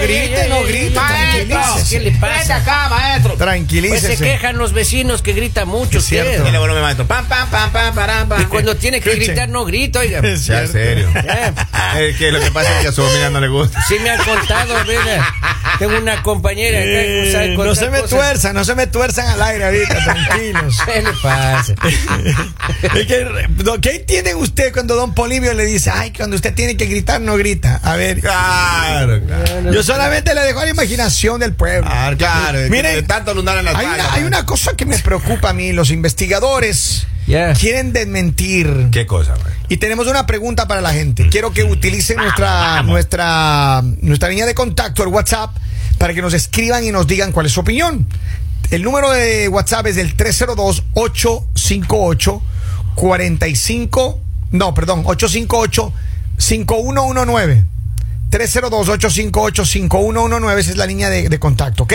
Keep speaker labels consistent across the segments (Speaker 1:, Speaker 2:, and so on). Speaker 1: grite, no grite,
Speaker 2: Maestro,
Speaker 1: tranquilícese.
Speaker 2: ¿qué le
Speaker 3: Vete
Speaker 2: pasa?
Speaker 3: acá, maestro.
Speaker 2: Pues
Speaker 1: Tranquilícese.
Speaker 2: se quejan los vecinos que grita mucho
Speaker 1: Es
Speaker 2: usted.
Speaker 1: cierto.
Speaker 3: Dile volumen, maestro. Pam, pam, pam, pam, param, pam.
Speaker 2: Y cuando tiene que
Speaker 1: Escuchen.
Speaker 2: gritar, no grita, oiga.
Speaker 1: Es
Speaker 3: Ya, en
Speaker 1: cierto.
Speaker 3: serio.
Speaker 2: Eh,
Speaker 3: Es que lo que pasa es que a su familia no le gusta.
Speaker 2: Sí me han contado, mira. Tengo una compañera acá que no sabe
Speaker 1: Eh,
Speaker 2: contar
Speaker 1: no se me
Speaker 2: cosas.
Speaker 1: tuerzan, no se me tuerzan al aire ahorita, tranquilos.
Speaker 2: ¿Qué le pasa?
Speaker 1: Es que, no, ¿Qué tiene usted cuando don Polibio le dice, ay, cuando usted tiene que gritar, no grita? A ver, ah,
Speaker 3: Claro, claro.
Speaker 1: yo solamente le dejo a la imaginación del pueblo.
Speaker 3: Ah, Claro, claro. es que
Speaker 1: Miren,
Speaker 3: de tanto lunar en la
Speaker 1: Hay
Speaker 3: espalda,
Speaker 1: una, hay
Speaker 3: man.
Speaker 1: una cosa que me preocupa a mí, los investigadores
Speaker 2: Ya.
Speaker 1: quieren desmentir.
Speaker 3: ¿Qué cosa, man?
Speaker 1: Y tenemos una pregunta para la gente. Quiero que utilicen nuestra, nuestra, nuestra línea de contacto, el WhatsApp, para que nos escriban y nos digan cuál es su opinión. El número de WhatsApp es el 302-858-45, no, perdón, 858-5119. 302-858-5119, esa es la línea de, de contacto, ¿ok?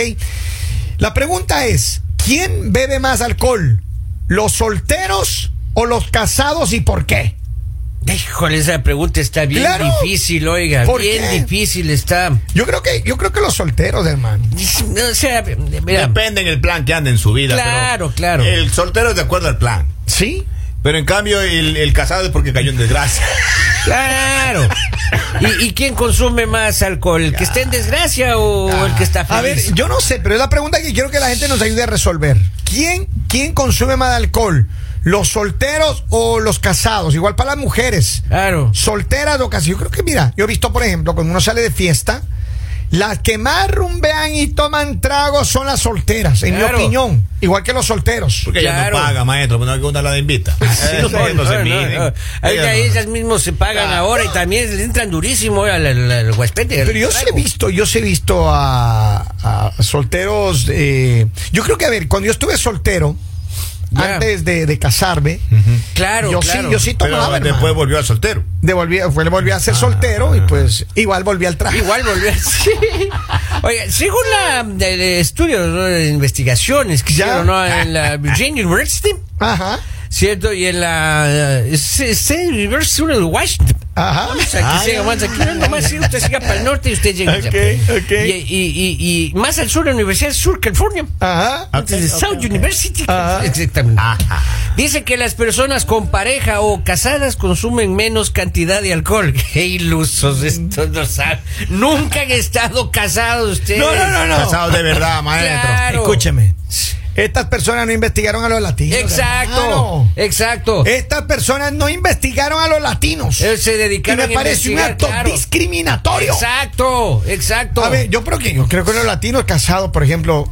Speaker 1: La pregunta es, ¿quién bebe más alcohol? ¿Los solteros o los casados y por qué?
Speaker 2: Híjole, esa pregunta está bien
Speaker 1: Claro.
Speaker 2: difícil, oiga.
Speaker 1: ¿Por
Speaker 2: bien
Speaker 1: qué?
Speaker 2: difícil está.
Speaker 1: Yo creo que, yo creo que los solteros, hermano.
Speaker 2: O sea, mira.
Speaker 3: Depende en el plan que anda en su vida.
Speaker 2: Claro,
Speaker 3: pero
Speaker 2: claro.
Speaker 3: El soltero es de acuerdo al plan.
Speaker 1: ¿Sí?
Speaker 3: Pero en cambio, el, el casado es porque cayó en desgracia.
Speaker 2: Claro. ¿Y, y quién consume más alcohol? ¿El que está en desgracia o el que está feliz?
Speaker 1: Ah, A ver, yo no sé, pero es la pregunta que quiero que la gente nos ayude a resolver. ¿Quién, quién consume más alcohol? ¿Los solteros o los casados? Igual para las mujeres.
Speaker 2: Claro.
Speaker 1: Solteras o casadas. Yo creo que, mira, yo he visto, por ejemplo, cuando uno sale de fiesta, las que más rumbean y toman tragos son las solteras, en
Speaker 2: Claro.
Speaker 1: mi opinión. Igual que los solteros.
Speaker 3: Porque ella no
Speaker 2: Claro.
Speaker 3: paga, maestro. Bueno, alguna la invita. Eh,
Speaker 2: No,
Speaker 3: ellos no se
Speaker 2: no, no,
Speaker 3: miden.
Speaker 2: no. Ahorita
Speaker 3: Ellos no.
Speaker 2: ellas mismas se pagan
Speaker 3: Claro.
Speaker 2: ahora y también le entran durísimo al, al- al huaspete, al
Speaker 1: Ah. Pero yo sí he
Speaker 2: trago.
Speaker 1: visto, yo sí he visto a, a solteros. eh, yo creo que, a ver, cuando yo estuve soltero,
Speaker 2: Ya.
Speaker 1: antes de, de casarme,
Speaker 2: Claro,
Speaker 1: yo,
Speaker 2: claro.
Speaker 1: sí, yo sí
Speaker 3: Pero
Speaker 1: tomaba. hermano.
Speaker 3: después volvió al soltero.
Speaker 1: Devolví- fue- volví
Speaker 2: Ah.
Speaker 1: a ser soltero y pues igual volví al traje.
Speaker 2: Igual volvió así. Oye, según la de- de estudios, ¿no? de investigaciones que
Speaker 1: Ya.
Speaker 2: hicieron ¿no? en la Virginia University,
Speaker 1: Ajá,
Speaker 2: ¿cierto? Y en la eh, S- State University de Washington.
Speaker 1: ajá.
Speaker 2: Vamos aquí,
Speaker 1: Ay,
Speaker 2: siga, vamos aquí. No, nomás siga, usted siga para el norte y usted llega.
Speaker 1: Ok,
Speaker 2: ya.
Speaker 1: ok.
Speaker 2: Y, y- y- y más al sur, la Universidad del Sur, California.
Speaker 1: Ajá.
Speaker 2: Antes de South University.
Speaker 1: Ajá.
Speaker 2: Exactamente.
Speaker 3: Ajá.
Speaker 2: Dice que las personas con pareja o casadas consumen menos cantidad de alcohol. ¡Qué ilusos! Esto no saben. Nunca han estado casados ustedes.
Speaker 1: No, no, no, no.
Speaker 3: Casado de verdad, maestro.
Speaker 2: Claro.
Speaker 1: Escúcheme. Estas personas no investigaron a los latinos.
Speaker 2: Exacto.
Speaker 1: hermano.
Speaker 2: Exacto.
Speaker 1: Estas personas no investigaron a los latinos.
Speaker 2: Ellos se
Speaker 1: Y
Speaker 2: dedicaron
Speaker 1: me
Speaker 2: a
Speaker 1: parece un
Speaker 2: investigar,
Speaker 1: acto
Speaker 2: claro.
Speaker 1: discriminatorio.
Speaker 2: Exacto, exacto.
Speaker 1: A ver, yo creo que yo creo que los latinos casados, por ejemplo,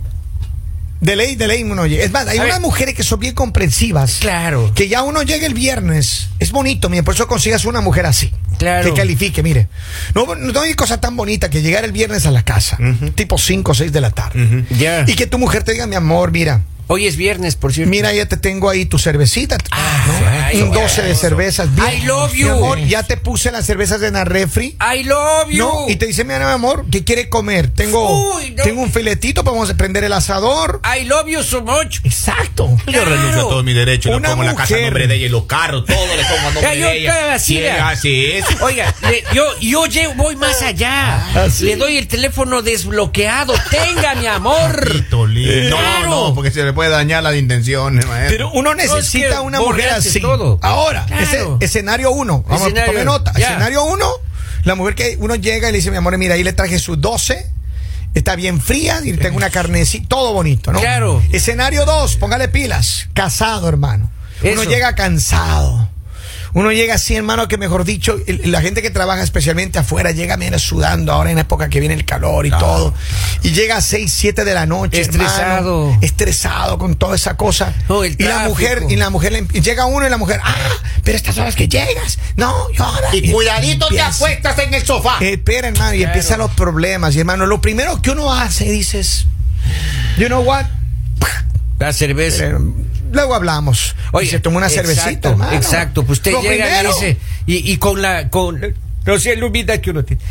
Speaker 1: de ley, de ley uno llega. Es más, hay
Speaker 2: A
Speaker 1: unas
Speaker 2: ver.
Speaker 1: mujeres que son bien comprensivas.
Speaker 2: Claro.
Speaker 1: Que ya uno llega el viernes. Es bonito, mire, por eso consigas una mujer así.
Speaker 2: Claro.
Speaker 1: Que califique, mire. No, no hay cosa tan bonita que llegar el viernes a la casa, tipo 5 o 6 de la tarde.
Speaker 2: Ya.
Speaker 1: Y que tu mujer te diga, mi amor, mira,
Speaker 2: Hoy es viernes, por cierto.
Speaker 1: mira, ya te tengo ahí tu cervecita.
Speaker 2: Ah, ay,
Speaker 1: Un 12 de
Speaker 2: bueno.
Speaker 1: cervezas.
Speaker 2: I love
Speaker 1: Mi
Speaker 2: you.
Speaker 1: amor, ya te puse las cervezas en la refri.
Speaker 2: I love you.
Speaker 1: No, y te dice, mira, mi amor, ¿qué quiere comer? Tengo,
Speaker 2: Uy, no.
Speaker 1: tengo un filetito, podemos prender el asador.
Speaker 2: I love you so much.
Speaker 1: Exacto.
Speaker 3: Yo
Speaker 2: Claro.
Speaker 3: renuncio a todos mis derechos, le
Speaker 1: Una
Speaker 3: pongo la casa a
Speaker 1: mujer.
Speaker 3: nombre de ella y los carros, todo le pongo a nombre
Speaker 2: Cayó
Speaker 3: de ella.
Speaker 2: así,
Speaker 3: Y ella
Speaker 2: ya.
Speaker 3: así es.
Speaker 2: Oiga, le- yo, yo lle- voy más
Speaker 1: Ah.
Speaker 2: allá. Le doy el teléfono desbloqueado. Tenga, mi amor.
Speaker 3: Papito
Speaker 1: Eh,
Speaker 3: lindo.
Speaker 2: Claro.
Speaker 3: No, no, porque se le puede dañar las intenciones,
Speaker 1: Pero
Speaker 3: maestro.
Speaker 1: uno
Speaker 2: es
Speaker 1: necesita
Speaker 2: que
Speaker 1: una mujer
Speaker 2: borraste
Speaker 1: así.
Speaker 2: todo.
Speaker 1: Ahora,
Speaker 2: Claro.
Speaker 1: ese- escenario uno. Vamos,
Speaker 2: Escenario,
Speaker 1: tome nota.
Speaker 2: ya.
Speaker 1: Escenario uno, la mujer que uno llega y le dice, mi amor, mira, ahí le traje sus 12. Está bien fría y tengo una carnecita, todo bonito, ¿no?
Speaker 2: Claro.
Speaker 1: Escenario dos, póngale pilas. Casado, hermano.
Speaker 2: Eso.
Speaker 1: Uno llega cansado. Uno llega así, hermano, que mejor dicho, el- la gente que trabaja especialmente afuera llega, mira, sudando ahora en la época que viene el calor y todo. Y llega a 6, 7 de la noche. hermano,
Speaker 2: Estresado.
Speaker 1: estresado con toda esa cosa.
Speaker 2: No, el
Speaker 1: y la
Speaker 2: tráfico.
Speaker 1: mujer, y la mujer, le- em, y llega uno y la mujer, ah, pero estas horas que llegas, no, yo ahora.
Speaker 3: Y cuidadito te
Speaker 1: empieza.
Speaker 3: acuestas en el sofá.
Speaker 1: Eh, Espera, hermano, y
Speaker 2: Claro.
Speaker 1: empiezan los problemas. Y hermano, lo primero que uno hace, dices, you know what,
Speaker 2: La cerveza.
Speaker 1: Eh, luego hablamos. y se toma una
Speaker 2: exacto,
Speaker 1: cervecita, hermano.
Speaker 2: Exacto, pues usted
Speaker 1: Lo
Speaker 2: llega
Speaker 1: primero.
Speaker 2: y dice, y, y con la, con, no sé, lumita que uno tiene.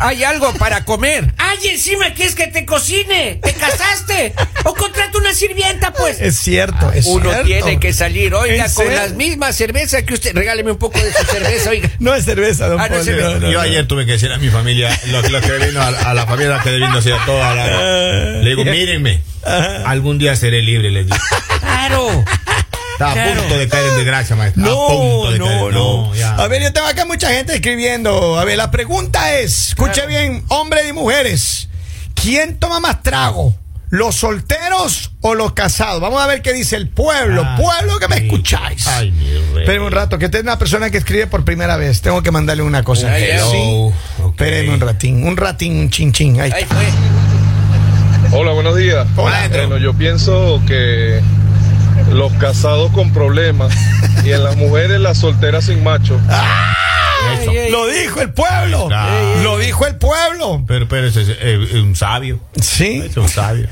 Speaker 2: Hay algo para comer. Ay, encima quieres que te cocine. Te casaste. O contrata una sirvienta pues.
Speaker 1: Es cierto, es
Speaker 2: Uno
Speaker 1: cierto.
Speaker 2: tiene que salir, oiga,
Speaker 1: Es
Speaker 2: con
Speaker 1: cierto.
Speaker 2: las mismas cervezas que usted. Regáleme un poco de su cerveza, oiga.
Speaker 1: No es cerveza, don
Speaker 2: Ah, no es
Speaker 1: Poli,
Speaker 2: cerveza.
Speaker 1: no, no,
Speaker 3: Eh, Yo
Speaker 1: no.
Speaker 3: ayer tuve que decir a mi familia, lo, lo que vino a, a la familia que vino así a toda
Speaker 1: Eh.
Speaker 3: la. Le digo, mírenme, algún día seré libre, les digo.
Speaker 2: Claro.
Speaker 3: Estaba
Speaker 2: Claro.
Speaker 3: a punto de caer en desgracia, maestro. a punto
Speaker 1: No,
Speaker 3: de caer.
Speaker 1: no, no.
Speaker 3: ya.
Speaker 1: A ver, yo tengo acá mucha gente escribiendo. A ver, la pregunta es, escuche bien, hombres y mujeres, ¿quién toma más trago? ¿Los solteros o los casados? Vamos a ver qué dice el pueblo,
Speaker 3: Ay,
Speaker 1: pueblo que me
Speaker 3: Ah, sí.
Speaker 1: escucháis.
Speaker 3: Ay, mi rey.
Speaker 1: Espérenme un rato, que esta es una persona que escribe por primera vez. Tengo que mandarle una cosa.
Speaker 2: Ay, ay,
Speaker 3: ay. Ok.
Speaker 1: Espérenme un ratín, un ratín, un chin chin. Ahí
Speaker 2: Ahí
Speaker 1: está.
Speaker 2: fue.
Speaker 4: Hola, buenos días.
Speaker 1: Hola.
Speaker 4: Bueno, yo pienso que los casados con problemas y en las mujeres las solteras sin macho.
Speaker 3: Eso.
Speaker 2: Ay, ay.
Speaker 1: Lo dijo el pueblo.
Speaker 3: Ay,
Speaker 1: Lo dijo el pueblo.
Speaker 3: Pero, pero ese es, eh, es un sabio.
Speaker 1: Sí.
Speaker 3: Es un sabio.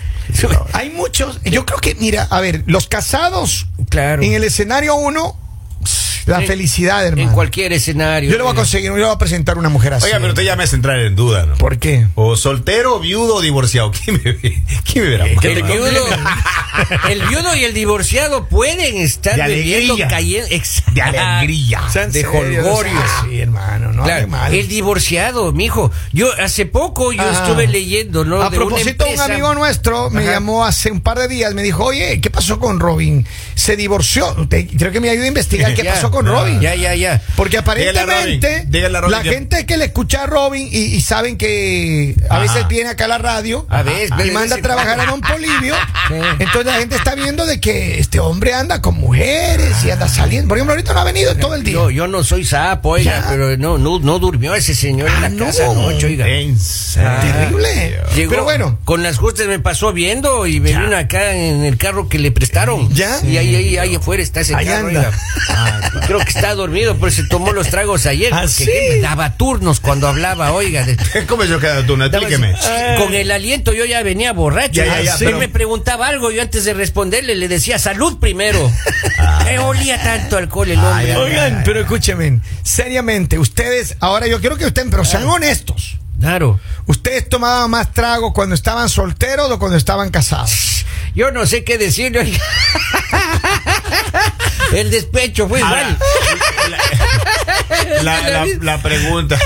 Speaker 1: Hay muchos. Yo creo que, mira, a ver, los casados
Speaker 2: Claro.
Speaker 1: en el escenario uno, la
Speaker 2: En-
Speaker 1: felicidad, hermano.
Speaker 2: En cualquier escenario.
Speaker 1: Yo le voy a conseguir, yo le voy a presentar una mujer así.
Speaker 3: Oiga, pero te ya me hace entrar en duda, ¿no?
Speaker 1: ¿Por qué?
Speaker 3: O soltero, viudo, divorciado. ¿Quién me, quién me verá?
Speaker 2: Que el viudo, el viudo y el divorciado pueden estar
Speaker 3: De
Speaker 2: viviendo
Speaker 3: alegría.
Speaker 2: cayendo
Speaker 3: De alegría.
Speaker 1: Sean
Speaker 2: de
Speaker 1: serios,
Speaker 2: jolgorio.
Speaker 1: o sea, Sí, hermano, no
Speaker 2: Claro,
Speaker 1: hable mal.
Speaker 2: el divorciado, mijo. Yo hace poco yo
Speaker 1: Ah.
Speaker 2: estuve leyendo, ¿no?
Speaker 1: A
Speaker 2: de una
Speaker 1: propósito, un
Speaker 2: empresa-
Speaker 1: amigo nuestro me
Speaker 2: Ajá.
Speaker 1: llamó hace un par de días, me dijo, oye, ¿qué pasó con Robin? Se divorció. Te- creo que me ayuda a investigar qué
Speaker 2: Ya,
Speaker 1: pasó con
Speaker 2: ya,
Speaker 1: Robin.
Speaker 2: Ya, ya, ya.
Speaker 1: Porque
Speaker 3: Dígale a Robin,
Speaker 1: aparentemente
Speaker 3: dígale a Robin
Speaker 1: la
Speaker 3: que-
Speaker 1: gente que le escucha a Robin y, y saben que a
Speaker 3: Ajá.
Speaker 1: veces viene acá a la radio
Speaker 2: A ver,
Speaker 1: y
Speaker 2: espérate,
Speaker 1: manda a
Speaker 2: sí.
Speaker 1: trabajar a Don Polivio,
Speaker 2: Sí.
Speaker 1: entonces la gente está viendo de que este hombre anda con mujeres y anda saliendo. Por ejemplo, ahorita no ha venido todo el día.
Speaker 2: Yo, yo no soy sapo, oiga,
Speaker 1: Ya.
Speaker 2: pero no, no, no durmió ese señor en la
Speaker 1: Ah, no.
Speaker 2: casa anoche, oiga.
Speaker 3: En serio.
Speaker 1: Terrible.
Speaker 2: Llegó
Speaker 1: Pero bueno.
Speaker 2: Con las justas me pasó viendo y me
Speaker 3: Ya.
Speaker 2: vino acá en el carro que le prestaron.
Speaker 1: Ya.
Speaker 2: Y ahí, ahí, ahí afuera está ese
Speaker 1: Ahí
Speaker 2: carro.
Speaker 1: anda.
Speaker 2: oiga.
Speaker 3: Ah,
Speaker 2: Creo que está dormido, pero se tomó los tragos ayer.
Speaker 1: ¿Ah,
Speaker 2: porque
Speaker 1: sí?
Speaker 2: que me daba turnos cuando hablaba, oiga. de-
Speaker 3: ¿Cómo yo quedo tú? No, Explíqueme.
Speaker 2: Con el aliento yo ya venía borracho. Ah,
Speaker 3: Ya, ya, ya,
Speaker 2: Sí,
Speaker 3: pero-
Speaker 2: me preguntaba algo, yo antes de responderle le decía salud primero. Me olía tanto alcohol el hombre.
Speaker 3: Ah. Ay, ay,
Speaker 1: Oigan, pero escúchenme, seriamente, ustedes, ahora yo quiero que ustedes, pero sean honestos.
Speaker 2: Claro.
Speaker 1: ¿Ustedes tomaban más trago cuando estaban solteros o cuando estaban casados?
Speaker 2: Yo no sé qué decirle. oiga. El despecho fue Ah, igual.
Speaker 3: Ahora, Ah, La, la- la pregunta.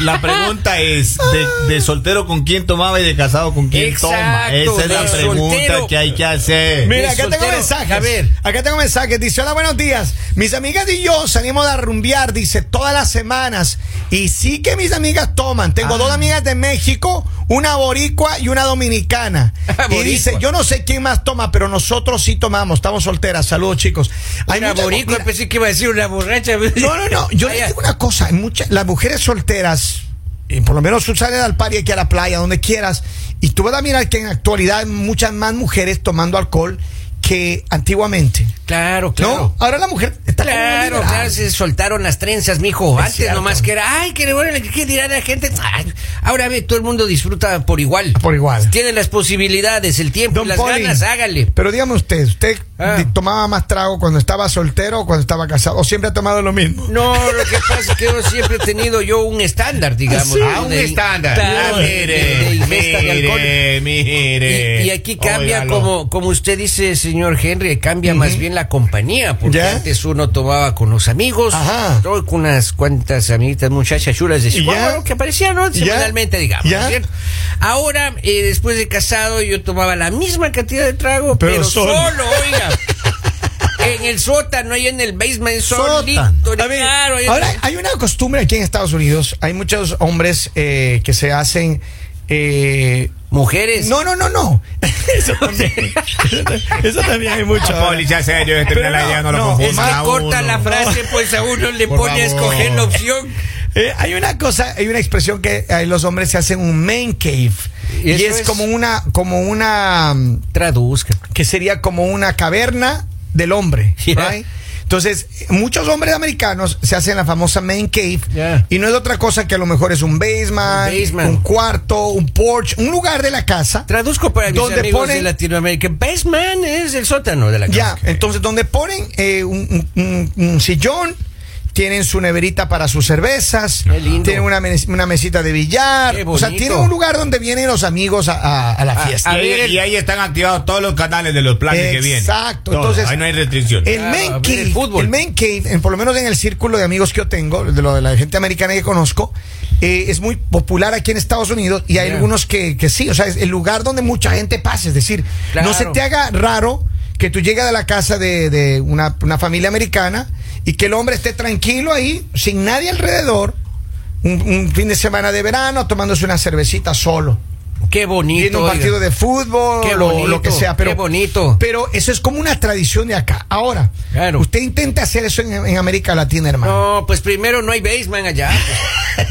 Speaker 3: La pregunta es: de, de soltero con quién tomaba y de casado con quién
Speaker 2: Exacto,
Speaker 3: toma? Esa es la
Speaker 2: de
Speaker 3: pregunta
Speaker 2: soltero.
Speaker 3: que hay que hacer.
Speaker 1: Mira,
Speaker 2: Es
Speaker 1: acá tengo
Speaker 2: soltero.
Speaker 1: mensajes.
Speaker 2: A ver.
Speaker 1: Acá tengo mensajes. Dice, hola, buenos días. Mis amigas y yo salimos a rumbear, dice, todas las semanas. Y sí que mis amigas toman. Tengo dos amigas de México, una boricua y una dominicana. y
Speaker 2: Boricua.
Speaker 1: dice, yo no sé quién más toma, pero nosotros sí tomamos. Estamos solteras. Saludos, chicos. Hay
Speaker 2: Una
Speaker 1: muchas-
Speaker 2: boricua,
Speaker 1: mira,
Speaker 2: pensé que iba a decir una borracha.
Speaker 1: No, no, no. Yo les digo una cosa. hay muchas, las mujeres solteras, y por lo menos tú sales al party aquí a la playa, donde quieras, y tú vas a mirar que en actualidad hay muchas más mujeres tomando alcohol que antiguamente.
Speaker 2: Claro, claro.
Speaker 1: No, ahora la mujer está como
Speaker 2: Claro,
Speaker 1: liberal.
Speaker 2: claro, se soltaron las trenzas, mijo.
Speaker 1: Es
Speaker 2: Antes
Speaker 1: cierto.
Speaker 2: nomás que era, ay, que bueno, ¿qué dirá la gente? Ay, Ahora ve, todo el mundo disfruta por igual.
Speaker 1: Por igual.
Speaker 2: Tiene las posibilidades, el tiempo,
Speaker 1: Don
Speaker 2: las
Speaker 1: Poli,
Speaker 2: ganas, hágale.
Speaker 1: Pero dígame usted, ¿usted
Speaker 2: Ah.
Speaker 1: di- tomaba más trago cuando estaba soltero o cuando estaba casado? ¿O siempre ha tomado lo mismo?
Speaker 2: No, lo que pasa es que yo siempre he tenido yo un estándar, digamos.
Speaker 1: ¿Sí? Ah,
Speaker 2: ¿no?
Speaker 3: Ah, un
Speaker 2: De-
Speaker 3: estándar.
Speaker 2: Claro, de- de
Speaker 3: Mire,
Speaker 2: ingesta de alcohol.
Speaker 3: mire, mire.
Speaker 2: Y, y aquí cambia,
Speaker 3: Óigalo.
Speaker 2: como, como usted dice, señor Henry, cambia más bien la compañía, porque
Speaker 1: ¿Ya?
Speaker 2: antes uno tomaba con los amigos,
Speaker 1: Ajá.
Speaker 2: todo con unas cuantas amiguitas muchachas chulas de Chihuahua,
Speaker 1: ¿Ya?
Speaker 2: que aparecían ¿no?
Speaker 1: ¿Ya?
Speaker 2: semanalmente, digamos.
Speaker 1: ¿Ya?
Speaker 2: ¿no es cierto? Ahora, eh, después de casado, yo tomaba la misma cantidad de trago,
Speaker 1: Pero
Speaker 2: pero,
Speaker 1: solo.
Speaker 2: solo, oiga. En el sótano y en el basement, solito.
Speaker 3: Sótano.
Speaker 1: A ver,
Speaker 2: claro, ahí-
Speaker 1: ahora hay una costumbre aquí en Estados Unidos. Hay muchos hombres eh, que se hacen. eh,
Speaker 2: Mujeres.
Speaker 1: no, no, no, no. Eso también. Eso también hay mucho.
Speaker 3: Ah, Poli, ya sé, yo este
Speaker 1: Pero
Speaker 3: la
Speaker 1: no,
Speaker 3: ya no lo
Speaker 1: no, es
Speaker 2: Es que
Speaker 3: confunda a
Speaker 2: corta
Speaker 3: uno.
Speaker 2: la frase, pues a uno le
Speaker 3: Por
Speaker 2: pone a
Speaker 3: favor.
Speaker 2: escoger la opción.
Speaker 1: Eh, hay una cosa, hay una expresión que eh, los hombres se hacen un man cave. Y,
Speaker 2: ¿Y eso
Speaker 1: es,
Speaker 2: es?
Speaker 1: como una, como una mm,
Speaker 2: Traduzca.
Speaker 1: que sería como una caverna del hombre.
Speaker 2: Yeah.
Speaker 1: right? Entonces, muchos hombres americanos se hacen la famosa main cave
Speaker 2: Yeah.
Speaker 1: y no es otra cosa que a lo mejor es un basement,
Speaker 2: Un basement.
Speaker 1: un cuarto, un porch, un lugar de la casa.
Speaker 2: Traduzco para mis
Speaker 1: Donde
Speaker 2: amigos
Speaker 1: ponen-
Speaker 2: de Latinoamérica. Basement es el sótano de la casa.
Speaker 1: eh, Ya, entonces donde ponen eh, un, un- un- un sillón tienen su neverita para sus cervezas,
Speaker 2: Qué lindo.
Speaker 1: tienen una, mes- una mesita de billar,
Speaker 2: Qué
Speaker 1: o sea,
Speaker 2: bonito.
Speaker 1: tienen un lugar donde vienen los amigos a, a- a la
Speaker 2: Ah,
Speaker 1: fiesta.
Speaker 2: A
Speaker 3: Y,
Speaker 2: ver, el-
Speaker 3: y ahí están activados todos los canales de los planes que vienen.
Speaker 1: Exacto,
Speaker 3: Todos.
Speaker 1: entonces-
Speaker 3: Ahí no hay restricción.
Speaker 1: El
Speaker 2: Claro, a
Speaker 1: main
Speaker 2: ver
Speaker 1: cave,
Speaker 2: el
Speaker 1: el,
Speaker 2: fútbol.
Speaker 1: main cave, en- por lo menos en el círculo de amigos que yo tengo, de lo de la gente americana que conozco, eh, es muy popular aquí en Estados Unidos y hay
Speaker 2: Ya.
Speaker 1: algunos que, que sí, o sea, es el lugar donde mucha gente pasa, es decir,
Speaker 2: Claro.
Speaker 1: no se te haga raro que tú llegas de la casa de, de una, una familia americana y que el hombre esté tranquilo ahí, sin nadie alrededor, un, un fin de semana de verano tomándose una cervecita solo.
Speaker 2: Qué bonito.
Speaker 1: Viendo un
Speaker 2: oiga.
Speaker 1: partido de fútbol,
Speaker 2: Qué
Speaker 1: lo-
Speaker 2: bonito,
Speaker 1: lo, que sea. Pero,
Speaker 2: qué bonito.
Speaker 1: Pero eso es como una tradición de acá. Ahora,
Speaker 2: Claro.
Speaker 1: usted intenta hacer eso en, en América Latina, hermano.
Speaker 2: No, pues primero no hay basement allá.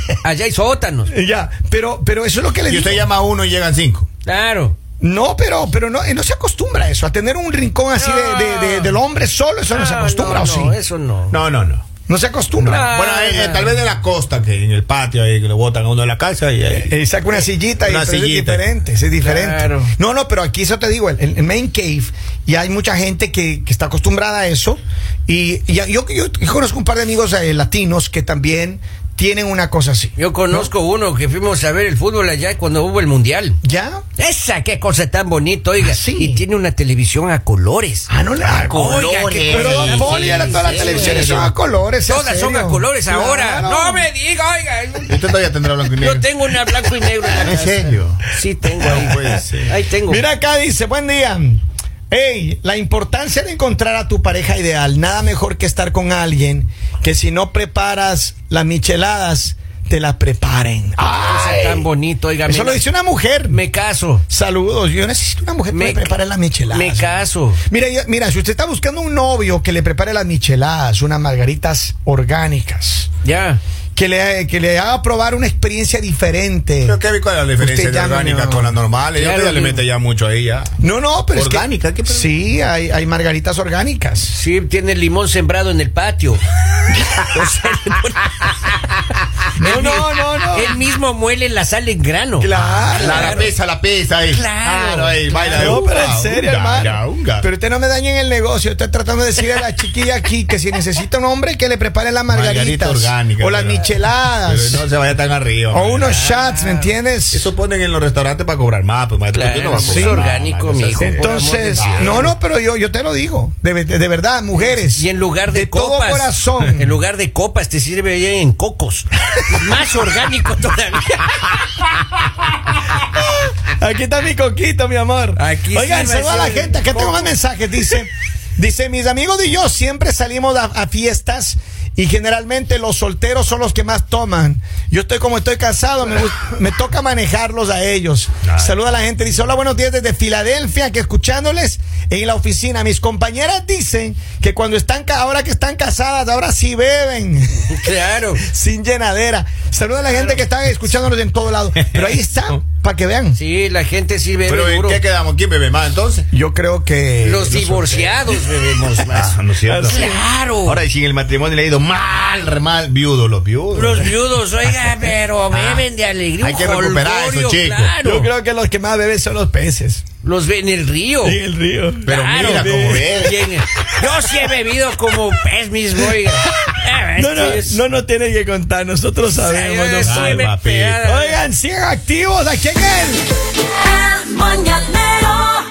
Speaker 2: pues. allá hay sótanos.
Speaker 1: Eh, Ya, pero, pero eso es lo que le
Speaker 3: Y
Speaker 1: digo.
Speaker 3: usted llama a uno y llegan cinco.
Speaker 2: Claro.
Speaker 1: No, pero, pero no, eh, no se acostumbra a eso. A tener un rincón así
Speaker 2: No.
Speaker 1: de, de- de- del hombre solo, eso no se
Speaker 2: Ah,
Speaker 1: acostumbra,
Speaker 2: no,
Speaker 1: ¿o sí?
Speaker 2: no, eso no.
Speaker 3: No, no, no.
Speaker 1: No se acostumbra.
Speaker 2: Ah,
Speaker 3: bueno, eh, eh,
Speaker 2: no.
Speaker 3: tal vez de la costa, que en el patio, ahí que lo botan a uno de la casa y ahí.
Speaker 1: Eh, saca una sillita y
Speaker 3: Una
Speaker 1: pero es
Speaker 3: sillita.
Speaker 1: diferente, sí, es diferente.
Speaker 2: Claro.
Speaker 1: No, no, pero aquí eso te digo, el, el main cave, y hay mucha gente que, que está acostumbrada a eso. Y, y yo, yo, yo conozco un par de amigos eh, latinos que también tienen una cosa así.
Speaker 2: Yo conozco uno que fuimos a ver el fútbol allá cuando hubo el mundial.
Speaker 1: ¿Ya?
Speaker 2: Esa, qué cosa tan bonita, oiga.
Speaker 1: Ah, sí.
Speaker 2: Y tiene una televisión a colores.
Speaker 1: Ah, no, la
Speaker 2: Oiga, qué
Speaker 1: Pero
Speaker 2: cosa
Speaker 1: Don
Speaker 2: tan
Speaker 1: Poli, ahora todas las
Speaker 2: bonita.
Speaker 1: televisiones son a colores. sea
Speaker 2: Todas son a
Speaker 1: serio.
Speaker 2: colores ahora.
Speaker 1: Claro.
Speaker 2: No me diga, oiga. es un-
Speaker 3: Usted todavía tendrá blanco y negro.
Speaker 2: Yo tengo una blanco y negro en la
Speaker 3: ¿En
Speaker 2: casa.
Speaker 3: serio?
Speaker 2: Sí, tengo ahí.
Speaker 3: No puede ser.
Speaker 2: Ahí tengo.
Speaker 1: Mira acá dice, buen día. Hey, la importancia de encontrar a tu pareja ideal. Nada mejor que estar con alguien que si no preparas las micheladas, te las preparen.
Speaker 2: Cosa
Speaker 1: Ay,
Speaker 2: tan bonito, oiga.
Speaker 1: Eso
Speaker 2: mira.
Speaker 1: lo dice una mujer.
Speaker 2: Ah, Me caso.
Speaker 1: Saludos. Yo necesito una mujer que me prepare las micheladas.
Speaker 2: Me caso.
Speaker 1: Mira, yo- mira, si usted está buscando un novio que le prepare las micheladas, unas margaritas orgánicas,
Speaker 2: Ya.
Speaker 1: que le, que le haga probar una experiencia diferente.
Speaker 3: Yo que vi cuál es la diferencia
Speaker 1: Usted
Speaker 3: de
Speaker 1: llama,
Speaker 3: orgánica
Speaker 1: no.
Speaker 3: con la normal. Ella
Speaker 2: Claro
Speaker 3: ya le
Speaker 2: que-
Speaker 3: mete ya mucho ahí ya.
Speaker 1: No, no, pero
Speaker 3: Orgánica,
Speaker 1: es que
Speaker 3: ¿qué pedo?
Speaker 1: sí, hay, hay margaritas orgánicas.
Speaker 2: Sí, tiene limón sembrado en el patio. O sea, le pone-
Speaker 1: No, no, no, no.
Speaker 2: Él mismo muele la sal en grano.
Speaker 1: Claro.
Speaker 3: La, la pesa, la pesa ahí.
Speaker 2: Claro,
Speaker 3: ahí, baila. de
Speaker 1: No, pero
Speaker 3: unga,
Speaker 1: en serio,
Speaker 3: unga,
Speaker 1: hermano.
Speaker 3: ya, unga.
Speaker 1: Pero usted no me dañe en el negocio. Estoy tratando de decirle a la chiquilla aquí que si necesita un hombre que le prepare las margaritas.
Speaker 3: Margarita orgánica,
Speaker 1: o las
Speaker 3: pero-
Speaker 1: micheladas.
Speaker 3: Pero no se vaya tan arriba.
Speaker 1: o
Speaker 3: hombre.
Speaker 1: unos shots, ¿me entiendes?
Speaker 3: Eso ponen en los restaurantes para cobrar más, pues maestro,
Speaker 2: Claro,
Speaker 3: tú no vas a
Speaker 2: sí,
Speaker 3: cobrar nada,
Speaker 2: orgánico,
Speaker 3: maestro,
Speaker 2: mijo.
Speaker 3: o sea,
Speaker 2: Por amor de
Speaker 1: Entonces,
Speaker 2: Dios.
Speaker 1: no, no, pero yo, yo te lo digo. De, de- de verdad, mujeres.
Speaker 2: Y en lugar de,
Speaker 1: De todo
Speaker 2: copas.
Speaker 1: corazón.
Speaker 2: En lugar de copas te sirve ahí en cocos. Más orgánico todavía.
Speaker 1: Aquí está mi coquito, mi amor.
Speaker 2: Aquí
Speaker 1: Oigan,
Speaker 2: sí
Speaker 1: saluda a la
Speaker 2: recibe
Speaker 1: gente. Acá tengo más mensajes. Dice, dice, mis amigos y yo siempre salimos a, a fiestas y generalmente los solteros son los que más toman. Yo estoy como estoy casado, me, gust- me toca manejarlos a ellos.
Speaker 3: Ay.
Speaker 1: Saluda a la gente. Dice, hola, buenos días desde Filadelfia, que escuchándoles en la oficina. Mis compañeras dicen que cuando están, ca- ahora que están casadas, ahora sí beben.
Speaker 2: Claro.
Speaker 1: Sin llenadera. Saluda a la gente que está escuchándonos en todo lado. Pero ahí está, para que vean.
Speaker 2: Sí, la gente sí bebe
Speaker 3: Pero ¿en
Speaker 2: duro.
Speaker 3: qué quedamos? ¿Quién bebe más entonces?
Speaker 1: Yo creo que.
Speaker 2: Los divorciados bebemos más.
Speaker 3: Ah, no es cierto.
Speaker 2: Claro.
Speaker 3: Ahora, y si en el matrimonio le ha ido mal, re mal, viudo, los viudos.
Speaker 2: Los viudos, oiga, pero beben de alegría.
Speaker 3: Ah, Hay
Speaker 2: un
Speaker 3: que recuperar
Speaker 2: jolgorio,
Speaker 3: eso, chico.
Speaker 2: claro.
Speaker 1: Yo creo que los que más beben son los peces.
Speaker 2: Los ve en el río.
Speaker 1: el río.
Speaker 3: Pero
Speaker 2: Claro,
Speaker 3: mira cómo bebe.
Speaker 2: Y en el- Yo sí he bebido como pez mismo, oiga. Ah,
Speaker 1: No,
Speaker 2: esto
Speaker 1: no,
Speaker 2: es-
Speaker 1: no nos tiene que contar, nosotros sabemos.
Speaker 2: Ay,
Speaker 1: ¿no?
Speaker 2: estoy
Speaker 3: Ay, papito.
Speaker 2: pegada.
Speaker 1: Oigan, sigan activos aquí en el.
Speaker 5: El mañanero